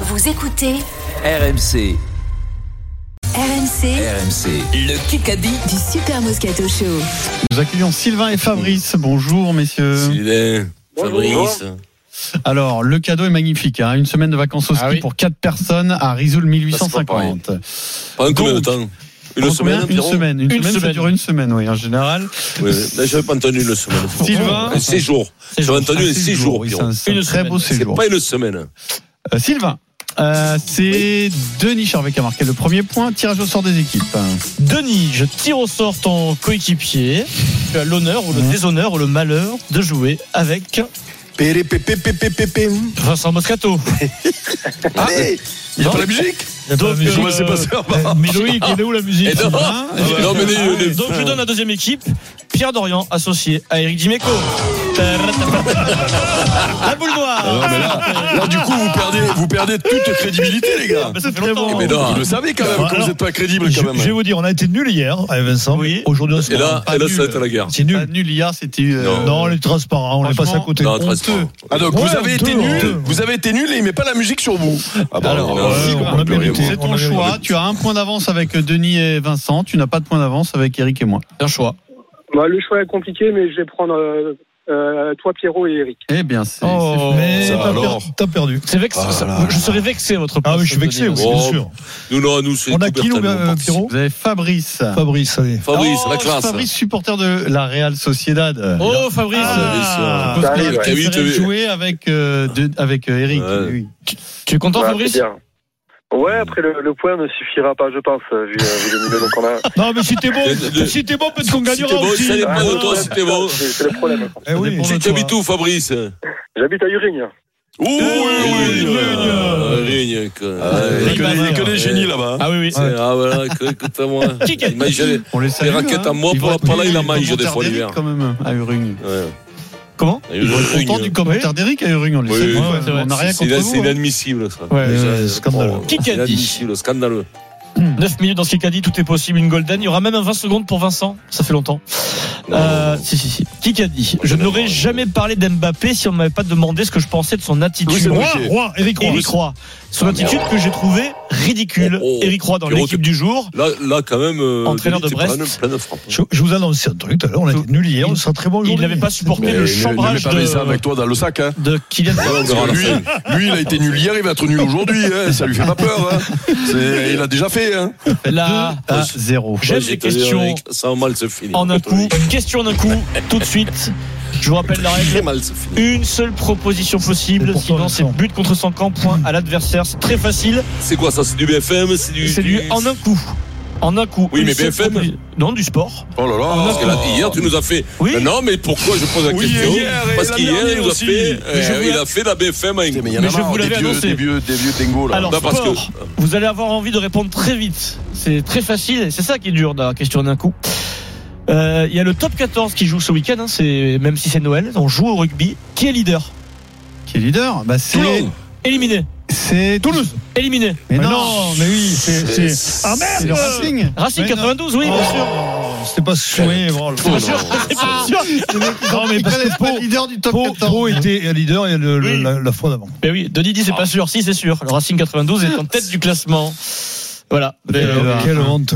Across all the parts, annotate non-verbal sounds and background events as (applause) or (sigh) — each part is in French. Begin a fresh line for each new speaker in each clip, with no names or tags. Vous écoutez
RMC,
RMC
RMC, le Kikadi.
du Super Moscato Show.
Nous accueillons Sylvain et Fabrice. Bonjour messieurs.
Sylvain, Fabrice.
Alors le cadeau est magnifique. hein. Une semaine de vacances au ski pour 4 personnes à Risoul 1850.
Pendant combien de
Donc,
temps Une
En
semaine,
combien Une
environ
semaine. Une,
Une
semaine, ça
semaine.
dure une semaine, oui, en général.
Ouais, Là, j'avais pas entendu une semaine.
Sylvain
Un séjour. J'avais entendu
Ah,
un séjour,
oui, c'est
Pierrot.
un, c'est un
Une
très beau
C'est
séjour.
pas une semaine.
Euh, Sylvain, euh, c'est Denis Charvet qui a marqué le premier point. Tirage au sort des équipes.
Denis, je tire au sort ton coéquipier. Tu as l'honneur ou le
Ouais.
déshonneur ou le malheur de jouer avec
Pérépépépépépé.
Vincent Moscato.
Ah,
Allez Il n'y a
Non.
pas la musique
Donc,
musique.
Comment c'est passé
euh, mais Loïc, elle est où la musique
Et non,
Sylvain,
non, mais
Ah ouais.
les- les-
Donc je donne la deuxième équipe, Pierre Dorian associé à Eric Dimeco. La boule noire. Ah,
Là, du coup, vous perdez, vous perdez toute crédibilité, les gars.
Ah, bah, ça fait longtemps.
Eh ben non.
Vous le savez quand même,
Alors,
que vous n'êtes pas crédible quand même.
vous dire, on a été nuls hier, avec Vincent.
Oui.
Aujourd'hui, on se
Et là,
marre pas
et là
nul.
ça va être la guerre.
C'est
Pas
nul.
nul hier, c'était. euh,
Non, on est transparent, on est passé à côté.
Non, très
honteux.
Ah, donc,
Ouais,
vous avez
on
été
peut, on
nul,
peut.
vous avez été nul et il met pas la musique sur vous. Ah, bah,
Alors,
alors,
euh,
si,
on
on
a
peut rien
mérité.
voir.
C'est ton
On avait-
choix. Tu as un point d'avance avec euh, Denis et Vincent. Tu n'as pas de point d'avance avec Eric et moi.
Un choix.
Bah, le choix est compliqué, mais je vais prendre euh, euh, toi, Pierrot et Eric.
Eh bien, c'est.
Oh,
Mais
Ça,
t'as per-
alors.
t'as perdu.
C'est vexé.
Ah
ça-
là là.
Je serais vexé à votre place.
Ah oui, je suis vexé
Denis.
aussi, bien sûr.
Nous, non, nous, c'est
On a
tout
qui, nous,
Bertrand,
euh,
on participe.
Pierrot
Vous avez Fabrice.
Ah,
Fabrice, allez.
Fabrice,
Oh,
la classe.
Fabrice, supporter de la Real Sociedad. Euh,
Oh Fabrice.
Ah,
Parce
ça
qu'il
ouais.
arrive,
préférait
T'as vu, t'as vu.
jouer avec, euh, de- avec euh, Eric.
Ouais.
Oui.
Tu es content
Voilà,
Fabrice
Bah, c'est bien. Ouais, après le, le point ne suffira pas, je pense, vu, euh, vu les milieux
(laughs)
qu'on a.
Non, mais si t'es bon,
Le- le-
si t'es bon, peut-être qu'on
Si
gagnera
t'es bon,
aussi. Ah,
ça
Ah,
dépend de toi,
ouais,
si t'es
Oh.
bon.
C'est c'est le problème.
Eh oui.
dépend de
Si tu habites
toi.
où, Fabrice
J'habite à Urigne.
Oui,
oui, Ligne.
Ligne, quoi.
Il n'y a que des- il
bah,
y a que des génies là-bas.
Ah oui oui.
C'est- Ah, voilà, que- écoute-moi.
(laughs)
Il m'a géré.
On les salue. hein.
raquettes à moi,
Ils
pour
vont
la-
être
pour là, il
contents
en mange
du
des fois
commentaire
l'hiver.
d'Eric, quand même, à Urugne.
Ouais.
Comment
Ils vont être contents du commentaire d'Eric à Urugne. On les
Oui,
salue.
oui,
Ouais,
c'est vrai.
On n'a rien
C'est
contre
c'est
vous. hein.
inadmissible, ça.
Ouais,
Déjà,
ouais,
euh,
scandaleux.
bon, c'est
Qui qu'a dit
inadmissible, scandaleux.
9 minutes dans ce Kikadi, tout est possible, une golden. Il y aura même un 20 secondes pour Vincent. Ça fait longtemps. Euh, si, si, si. Kikadi. Je n'aurais jamais parlé d'Mbappé si on ne m'avait pas demandé ce que je pensais de son
Louis
attitude.
Enrique.
Roy, Roy, Eric Roy. Eric Roy. Son attitude que j'ai trouvée ridicule.
Oh, oh.
Eric Roy dans
Pierrot,
l'équipe du jour.
Là, là, quand même, euh,
Entraîneur
Denis,
de
t'es
Brest.
plein de- plein de frappes. hein.
Je, je vous annonce un truc tout à l'heure, on a été nuls hier, on sera très bon
Il
aujourd'hui.
n'avait pas supporté
Mais
le
ne- ne mets
chambrage
pas Vincent
de,
avec toi dans le sac, hein.
de Kylian
On verra à la
Lui,
fin.
lui, il a été nul hier, il va être nul aujourd'hui. hein. Ça lui fait pas peur. hein. C'est- Il a déjà fait. hein.
Là,
À zéro.
J'aime
J'ai
les
te dit,
questions
Eric, Ça va mal se finir.
en un coup. Question d'un coup, tout de suite. Je vous rappelle la règle.
Très mal se finir.
Une seule proposition possible,
C'est pour toi,
sinon c'est
Vincent.
but contre 100 camps, point à l'adversaire. C'est très facile,
C'est quoi ça C'est du BFM C'est du.
c'est du en un coup. En un coup.
Oui,
Une
mais
seule
BFM.
proposi- Non, du sport.
Oh là là.
Parce que là, hier, tu nous as fait.
Oui.
Mais Non, mais pourquoi je pose la
Oui,
question
hier, et
Parce
l'an
qu'hier,
dernier
il nous a
aussi.
fait.
Mais
je
euh,
voulais-
Il a fait la BFM à une-
Putain, Mais, il y en a
Mais je
marre,
vous
des
l'avais
vieux-
annoncé.
Des vieux, des vieux dingos, là.
Alors,
non, parce
sport, vous allez avoir envie de répondre très vite. C'est très facile et c'est ça qui est dur dans la question d'un coup. Euh, Il y a le top 14 qui joue ce week-end, hein, c'est, même si c'est Noël, on joue au rugby. Qui est leader
Qui est leader Bah, c'est.
Toulon.
Éliminé.
C'est.
Toulouse.
Éliminé.
Mais
Mais
non
non, mais oui, c'est. c'est- Ah merde
C'est le Racing
Racing
Mais non.
92, oui, bien sûr.
Oh, C'était pas souhait, vraiment.
(laughs)
(laughs)
Oh, non.
Non, mais
Ils
parce que
connaissent pas le leader du top
Pau,
14.
Pau était leader et le- le-
Oui.
la, la fois d'avant.
Mais Eh oui, Denis dit c'est pas sûr, si c'est sûr. Le Racing 92 est en tête du classement. Voilà.
Eh
Mais,
Quelle-
ben.
euh,
ben, Quelle honte.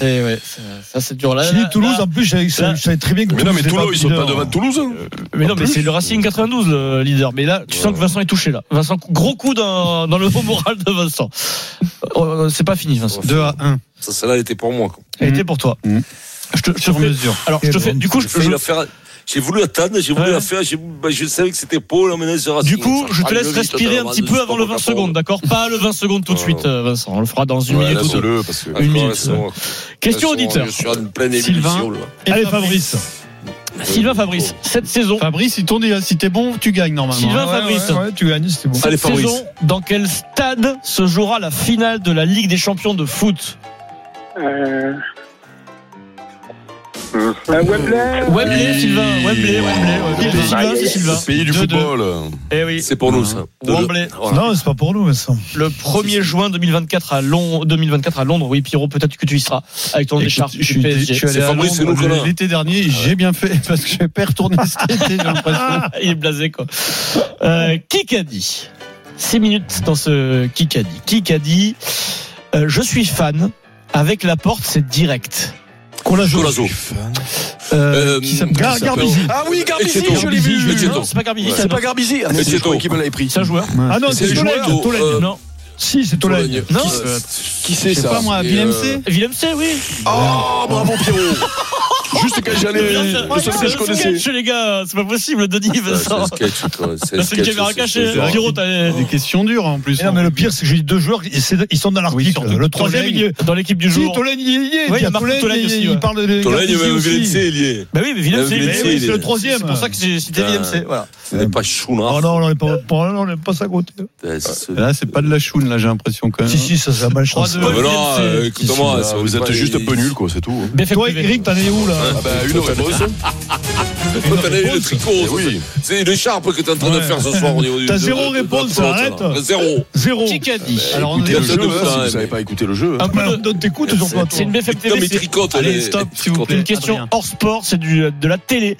eh ouais, ça, ça, c'est dur là.
J'ai dit
là,
Toulouse,
là.
en plus, je savais-
là-
je savais très bien que
Mais non, mais
était
Toulon, ils sont pas
leader.
devant Toulouse. hein.
Mais non,
En
mais
plus.
c'est le Racing 92 le leader. Mais là, je sens que Vincent est touché là. Vincent, gros coup dans, dans le haut moral de Vincent. Euh, c'est pas fini, Vincent.
2 à 1.
Ça, celle-là, elle était pour moi. quoi.
Elle était pour toi.
Mmh.
Je te, je te
Sur
fais-
mesure.
Alors, je te fais. Du coup, je,
J'ai failli la faire- J'ai voulu l'attendre, j'ai voulu
Ouais.
la faire, j'ai- bah, je savais que c'était Paul, là, maintenant c'est Racing.
du coup,
Ça
je te
parle
laisse
vite,
respirer un
attends,
petit
on
peu
va
avant le
se
20
prendre.
secondes, d'accord Pas le 20 secondes tout de suite, euh, Vincent. On le fera dans une
Ouais,
minute. ou deux.
laisse-le, Euh, parce que.
hein. Une
Attends,
minute.
laisse-moi.
Question
Elles sont-
auditeur.
euh, Je suis en pleine
Sylvain.
émission. là.
Allez,
Et Fabrice.
Sylvain Fabrice, cette saison,
Fabrice, ils t'ont dit, si t'es bon, tu gagnes normalement.
Sylvain
Ouais,
Fabrice.
ouais, ouais, tu gagnes, c'était bon.
Allez,
Cette
Fabrice.
saison, dans quel stade se jouera la finale de la Ligue des Champions de foot
Euh... Euh, Wembley
Wembley,
Oui.
Sylvain, Wembley, Wembley, Wembley.
Wembley.
Sylvain, c'est Sylvain.
Le pays du
Deux,
football.
Eh oui,
C'est pour nous, ça. De-
Wembley.
Voilà.
Non, c'est pas pour nous, Vincent.
le 1er juin 2024 à Londres. 2024 à Londres. Oui, Pierrot, peut-être que tu y seras avec ton
Écoute,
écharpe
je
du
suis, je
PSG.
suis allé
(laughs)
C'est
à
Fabrice, c'est
Londres
nous qu'on a.
l'été dernier et j'ai bien fait parce que
(laughs)
Euh,
je vais pas retourner cet été, j'ai l'impression.
Ah, Il est blasé quoi. Euh, qui qu'a dit 6 minutes dans ce Kikadi. Kikadi, euh, je suis fan. Avec la porte, c'est direct.
Colazo.
Euh,
qui s'appelle- Gar- Garbizi.
Ah oui, Garbizi,
Etcheto.
je l'ai vu.
Garbizi,
Etcheto.
non, c'est pas Garbizi.
Ouais.
c'est
C'est
un
pas
autre.
Garbizi. Ah,
Et
mais c'est
Etcheto.
toi qui me l'avait pris.
C'est un joueur.
Ah
non,
c'est les
Tolède,
joueurs,
Tolède.
euh,
Non. Si, c'est Tolède.
Non,
Euh,
Qui c'est
Je sais
ça
pas moi,
C'est,
Bill
euh,
MC
Willem C, oui.
Oh, bravo Pierrot. Juste quand j'allais. Le seul que je connaissais.
sketch, les gars. C'est pas possible, Denis,
Ah, c'est un
Vincent.
sketch, quoi. C'est un
C'est une
sketch,
caméra
c'est-
cachée.
c'est genre-
Pierrot, t'as.
Des questions dures en plus.
Oh. Mais
hein.
non, mais le pire, c'est que j'ai dit deux joueurs, et c'est- ils sont dans l'article.
surtout
le troisième,
Tolède.
il est.
Dans l'équipe du
Si,
jour.
Tolède, il y est. il y est.
Oui, il y a
Puis
Marc Tolède
il-
aussi, ouais.
Il parle de.
Tolègue,
Garbizi
même
aussi.
Villeneuve, il y est.
Bah oui, mais Willem
Même
C.
Willem
mais
C,
oui,
il
C'est
est-
le troisième. C'est pour
Putain.
ça que j'ai cité
Putain.
Willem C. Voilà.
Ce n'est pas
Oh
Chounard.
non, on n'est pas, pas- non, on n'est pas ça à côté.
Putain, c'est ce-
Ah, Là, c'est pas de la choune, là, j'ai l'impression quand même. hein.
Si, si, ça, c'est la malchance.
3-2.
Ah, mais non,
William,
euh,
c'est-
écoute-moi. c'est-
Ah, Vous êtes juste un peu nul, quoi, c'est tout. hein.
Bien fait
Toi,
privé.
Eric, t'en es où, là
Ah bah, une réponse.
(laughs) Toi, t'as le tricot.
Eh oui.
C'est l'écharpe que t'es en train de
Ouais.
faire ce soir au niveau du.
T'as
de-
zéro
de- de-
réponse,
de- de- de-
arrête.
Zéro.
Zéro.
Kikadi.
Alors, on
Écoutez
est...
le
ça
jeu,
nous
hein,
parle,
si vous
mais-
savez pas écouter le jeu. hein.
Un peu de-
Donne tes coups, toujours toi, toi.
C'est une BFM
Putain,
TV.
mais
c'est-
tricote.
Allez,
les-
stop, s'il vous
tricote.
C'est une
plaît.
question
Adrien.
hors sport, c'est du- de la télé.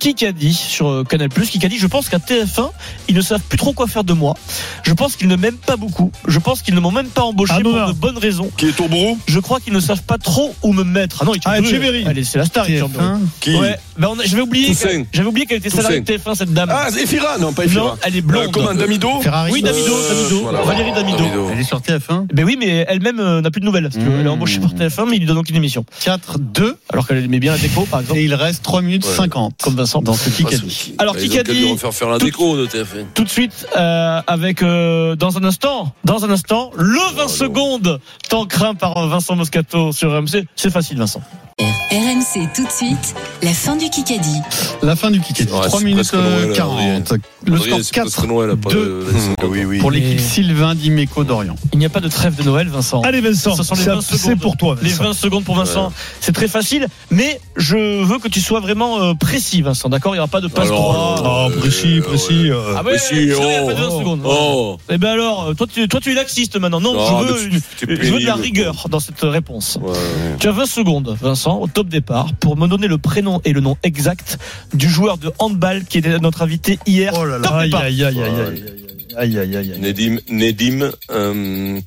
Kikadi sur euh, Canal+. Kikadi, je pense qu'à TF1, ils ne savent plus trop quoi faire de moi. Je pense qu'ils ne m'aiment pas beaucoup. Je pense qu'ils ne m'ont même pas embauché
Ah, non,
pour
non.
de bonnes raisons.
Qui est Tourbro
Je crois qu'ils ne savent pas trop où me mettre. Ah non,
Ah,
Itinerbrue.
Etcheverry.
Allez, c'est la star. Itinerbrue.
TF1.
Qui
Ouais, ben on a- j'avais oublié.
Toussaint.
qu'elle- J'avais oublié qu'elle était salariée de TF1 cette dame.
Ah, Efira, non, pas
non,
Efira.
elle est
Euh,
blonde.
Comment, Damido
Ferrari.
oui, Damido,
Euh,
Damido,
voilà.
Valérie Damido.
Elle est sur TF1.
Ben oui, mais elle-même euh, n'a plus de nouvelles. si tu veux. Elle est
Mmh.
embauchée par TF1, mais il lui donne aucune émission.
4, 2.
Alors qu'elle aimait bien la déco, par exemple,
Et il reste 3 minutes
Ouais.
50.
comme Vincent.
Dans ce
Ah,
kick
c'est-
Alors,
Ils ont
qui
qu'à
qu'a dit
lui refaire faire la
Tout-
déco de TF1.
Tout de suite, euh, avec euh, dans un instant, dans un instant, le 20 secondes tant craint par Vincent Moscato sur RMC. C'est facile, Vincent.
RMC tout de suite, la fin du Kikadi.
La fin du kick
Ouais,
3
c'est
minutes
presque Noël,
euh,
là,
40. Le
Adrien,
score
c'est presque
4
Noël, après,
deux.
euh, c'est-
Oui, oui.
pour l'équipe
Et-
Sylvain Dimeco d'Orient.
Il n'y a pas de trêve de Noël, Vincent.
Allez, Vincent,
Ce sont les
c'est-
20
c'est
secondes.
pour toi,
Les
Vincent.
20 secondes pour Vincent, c'est très facile, mais je veux que tu sois vraiment euh, précis, Vincent, d'accord Il n'y aura pas de passe
Alors,
droit.
alors,
Oh,
Euh,
précis,
ouais.
précis. euh,
Ah ouais,
Mais si,
je savais, il y a
oh,
pas de 20 secondes.
Oh
Eh ben alors, toi tu, toi tu es laxiste maintenant. Non,
Ah,
je,
mais
veux,
tu-
une-
t'es
je veux de la
pénible.
rigueur dans cette réponse.
Ouais.
Tu as 20 secondes, Vincent, au top départ, pour me donner le prénom et le nom exact du joueur de handball qui était notre invité hier.
Oh là
Top
là, aïe,
départ.
aïe, aïe, aïe, aïe, aïe, aïe, aïe, aïe, aïe.
Nedim, Nedim, euh,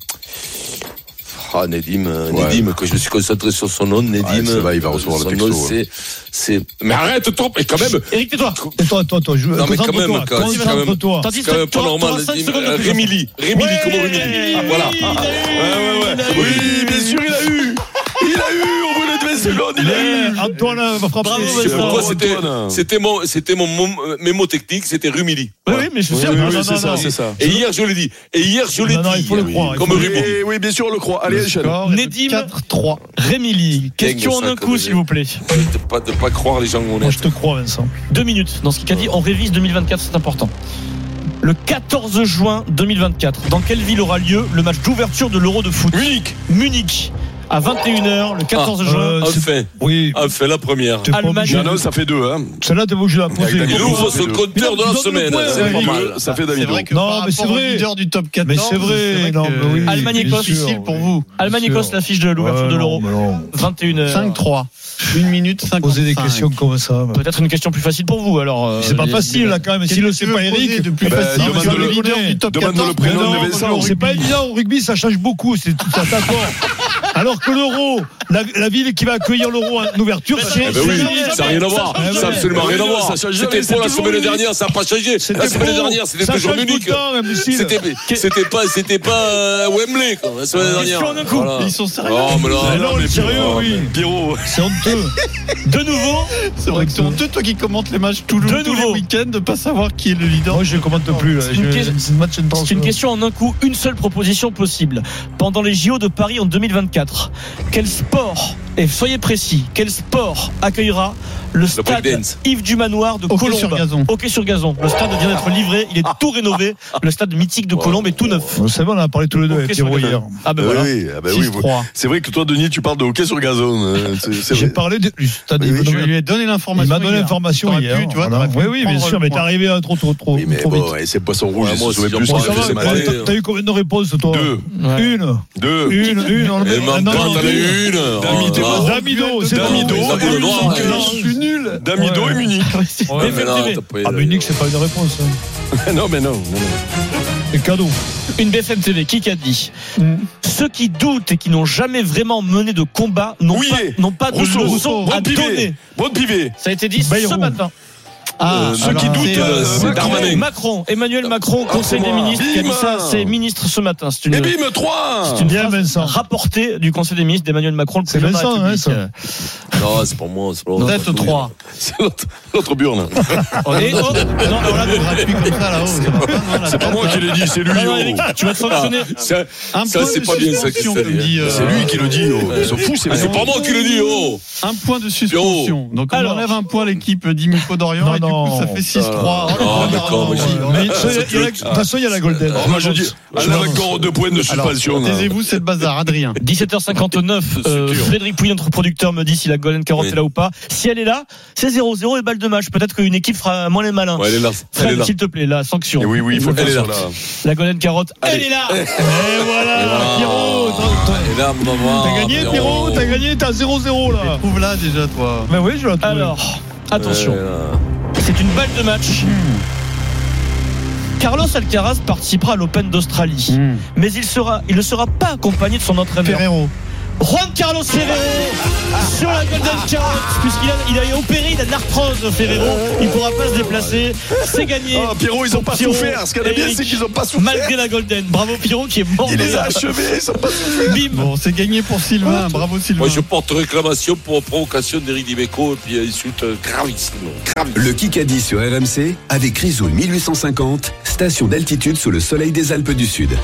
ah Nedim, euh,
Ouais.
Nedim, que je me suis concentré sur son
Ah,
nom, Nedim.
Ouais, ça va, il va recevoir le
Son
texto,
nom,
hein.
c'est, c'est, mais arrête, toi, mais quand même,
Eric, tais-toi.
Et toi, toi, toi, je
Non, mais quand
concentre-toi,
même, quand-
concentre-toi.
quand même.
Toi.
Tandis
c'est quand même pas normal, Nedim. Euh, Rémili, Rémili, comme Rémili. Ah, Voilà.
Ah,
ouais,
Ah, Oui, bien sûr, il a eu Il a eu Au bout de 20 secondes, il a eu
Eh, Antoine euh, va frapper.
Bravo,
Je sais
Vincent.
pas pourquoi
Bravo,
c'était,
Antoine.
c'était mon, c'était mon, mon- mémo technique, c'était Rumili.
Oui, oui, mais je
Oui,
sais.
oui,
non,
oui,
non,
c'est
non,
ça,
non.
c'est ça.
Et hier, je l'ai dit. Et hier, je l'ai
Non, non, il
dit.
faut le
Oui.
croire, il
Comme
faut le
Ribon.
Et oui, bien sûr, on le croit. Allez, enchaîne.
Nedim
4-3.
Rémili, question en
ça,
un
comme
coup,
j'ai-
s'il vous plaît.
De pas, de pas croire les gens qu'on
Moi,
est.
je te crois, Vincent.
Deux minutes dans ce qu'il a dit. On révise 2024, c'est important. Le 14 juin 2024, dans quelle ville aura lieu le match d'ouverture de l'Euro de foot Munich. Munich. À 21h, le 14
Ah,
juin.
euh,
Enfin,
Oui.
enfin, la première.
t'es pas
Allemagne.
obligé.
Non, non, ça fait deux, hein.
Celle-là, t'es pas obligé de la poser.
Avec
Il
Damido.
ouvre ce
Damido.
compteur de
Il
la
donne le
semaine.
point,
C'est pas
Damido.
mal.
Ça fait Damido.
que
Non,
par
mais c'est
rapport au
vrai.
leader du top 14,
Mais c'est vrai, non,
que
mais oui.
Allemagne,
c'est
Écosse.
difficile pour
Oui.
vous.
Allemagne-Écosse, l'affiche de l'ouverture
Ouais,
de
non,
l'Euro.
mais non.
21h.
5-3. 1 minute 55.
Poser des questions comme ça. mais-
Peut-être une question plus facile pour vous, alors. euh,
C'est pas
les-
facile, là, quand même. Si le sait pas Eric. (laughs)
de plus
Eh ben,
facile
demande
sur
le-
leader du top
demande le
14,
Mais
prénom
mais
non,
de
non,
Vincent.
au
C'est pas
rugby.
évident. Au rugby, ça change beaucoup. C'est tout ça, d'accord. Alors que l'Euro, la, la ville qui va accueillir l'Euro en ouverture, c'est.
Eh ben oui,
c'est-
ça n'a rien à voir.
change
Ça n'a
jamais.
absolument rien à
Ça
voir.
change jamais,
C'était
c'est
pour la
toujours
semaine
lui.
dernière, ça n'a Ah, pas changé.
C'était
La semaine
beau.
dernière, c'était
Ça
toujours
change tout
Munich.
le temps, même, Lucille.
C'était, c'était pas, c'était pas euh, Wembley, quoi, la semaine dernière.
sur un coup.
Voilà.
Ils sont sérieux.
Oh, Non, mais là,
Mais non,
mais
sérieux,
putain,
oui.
mais-
Pierrot.
C'est honteux.
De nouveau,
C'est vrai que c'est honteux, toi qui commentes les matchs tous, le-
De
tous les
nouveau.
week-ends, de pas savoir qui est le leader.
Moi, je commente plus. là.
C'est une
Je-
question-
C'est une match intense.
c'est une question en un coup, une seule proposition possible. Pendant les JO de Paris en 2024, quel sport, et soyez précis, quel sport accueillera le stade
breakdance.
Yves du Manoir de
Hockey
Colombes
sur gazon.
Hockey sur gazon. Le stade vient d'être livré, il est tout rénové. Le stade mythique de Colombes est tout neuf.
Vous savez, on en a parlé tous les deux avec
Hockey sur
Pierrot
gazon.
hier.
Ah ben
Ah
voilà.
oui, ah bah oui, vous-
6-3.
C'est vrai que toi, Denis, tu parles de hockey sur gazon. euh, c'est- c'est
J'ai
vrai.
parlé de- du stade.
Oui,
il
oui,
m'a
Je
donné-
lui ai donné l'information.
il m'a donné
hier.
l'information
T'aurais
hier.
pu, tu vois,
voilà.
t'aurais
Oui,
pu
oui, bien
prendre
sûr,
le
mais t'es
point.
arrivé euh, trop, trop, trop,
Oui, mais
trop
bon,
vite.
ouais, c'est poisson rouge,
Ouais,
ils
moi
se souviennent
aussi,
plus.
j'en
ce
Ça va,
que
pensais,
c'est
mais
t'as-
marqué.
allez.
T'as t'as eu combien de réponses, toi
Deux,
Ouais.
Une.
deux.
Une, une. on le met-
Et
Ah, non,
maintenant, Eh, t'en as
deux.
eu une.
Damido.
Damido.
Ah,
Damido, c'est
Damido
bon.
et le noir, ouais.
Non, Je suis nul.
Damido
Ouais.
et Munich.
Ouais, c'est-
mais là,
BFM TV.
t'as pas eu
Ah,
de-
Ah,
Munich, c'est pas une réponse. hein.
non, mais non. non, non.
C'est cadeau.
Une BFM TV, qui qu'a dit
Mm.
Ceux qui doutent et qui n'ont jamais vraiment mené de combat n'ont
Oui.
pas, n'ont pas de
Rousseau,
leçon à
bon
donner.
pivet. Bon pivet.
Ça a été dit ce
Bayrou.
matin.
Ah,
Euh, ceux qui
alors,
doutent,
c'est,
euh,
c'est
Macron.
Macron, Macron, Emmanuel Macron,
Ah,
Conseil
c'est
des
moi.
ministres, qui a dit ça,
Bim. Eh
c'est ministre ce matin. C'est une,
Et bim,
c'est
3
une
Bien,
phrase
Vincent.
rapportée du Conseil des ministres d'Emmanuel Macron. le
C'est
président de la
Vincent, hein,
République.
ça.
Non, c'est pour moi. c'est pour l'autre.
Peut-être 3.
C'est l'autre- l'autre burne.
Et oh,
(laughs)
non, alors là,
Gratuit comme ça là-haut. ça va pas, non, la
C'est pas
tête,
moi
là.
qui l'ai dit, c'est lui.
non, non,
oh.
Eric, tu vas
Ah,
te sanctionner.
Ça,
Un
ça,
point
c'est
de
pas bien, ça,
suspension,
Christelle.
comme dit, euh,
C'est lui qui le dit. oh. Ils sont fous, ces
Ah, c'est
mecs.
pas moi qui le dis, oh
Un point de suspension. Donc on
Alors.
enlève un point à l'équipe d'Imico d'Orient
Non,
et du coup
non.
ça fait Oh, 6-3.
Ah, non, d'accord, mais j'ai-
Mais il y a- il y a- de toute façon, il y a la Golden.
Alors, moi, je dis,
Ah,
Alain Macron, deux points de suspension. là.
Taisez-vous, c'est le bazar, Adrien.
17h59, euh,
C'est dur.
Frédéric Pouille, notre producteur, me dit si la Golden Carotte
Oui.
est là ou pas. Si elle est là, c'est 0-0 et balle de match. Peut-être qu'une équipe fera moins les malins.
Ouais, elle est là. Elle est
Fred,
là.
s'il te plaît, la sanction.
Et oui, oui, il faut
Elle
qu'elle
est
soit
là.
là.
La Golden Carotte, elle
Allez. Eh.
est là
Et voilà, Pierrot, t'as- t'as-
Et là, maman.
t'as
Ah,
gagné, Pierrot, t'as gagné, t'as 0-0 là.
Trouve là déjà, toi.
Mais Ah bah oui, je l'ai trouvé.
Alors, attention,
Euh.
c'est une balle de match.
Hmm.
Carlos Alcaraz participera à l'Open d'Australie, mais il, sera, il ne sera pas accompagné de son entraîneur.
Ferrero.
Juan Carlos Ferrero sur la Golden Carotte, puisqu'il a, il a opéré, il a de l'arthrose Ferrero, il ne pourra pas se déplacer, c'est gagné.
Ah, Pierrot, ils ont pas
Pierrot,
souffert. Ce qu'il y a de bien,
Eric,
c'est qu'ils ont pas souffert.
Malgré la Golden, bravo Piron qui est mort
Il
de
les a
là.
achevés, ils ont pas souffert.
Bim
Bon, c'est gagné pour Sylvain. Bravo, Sylvain.
Moi, je porte réclamation pour provocation d'Éric Dimeco et puis euh, insulte gravissime.
Le Kikadi sur RMC avec Rizoul 1850, station d'altitude sous le soleil des Alpes du Sud.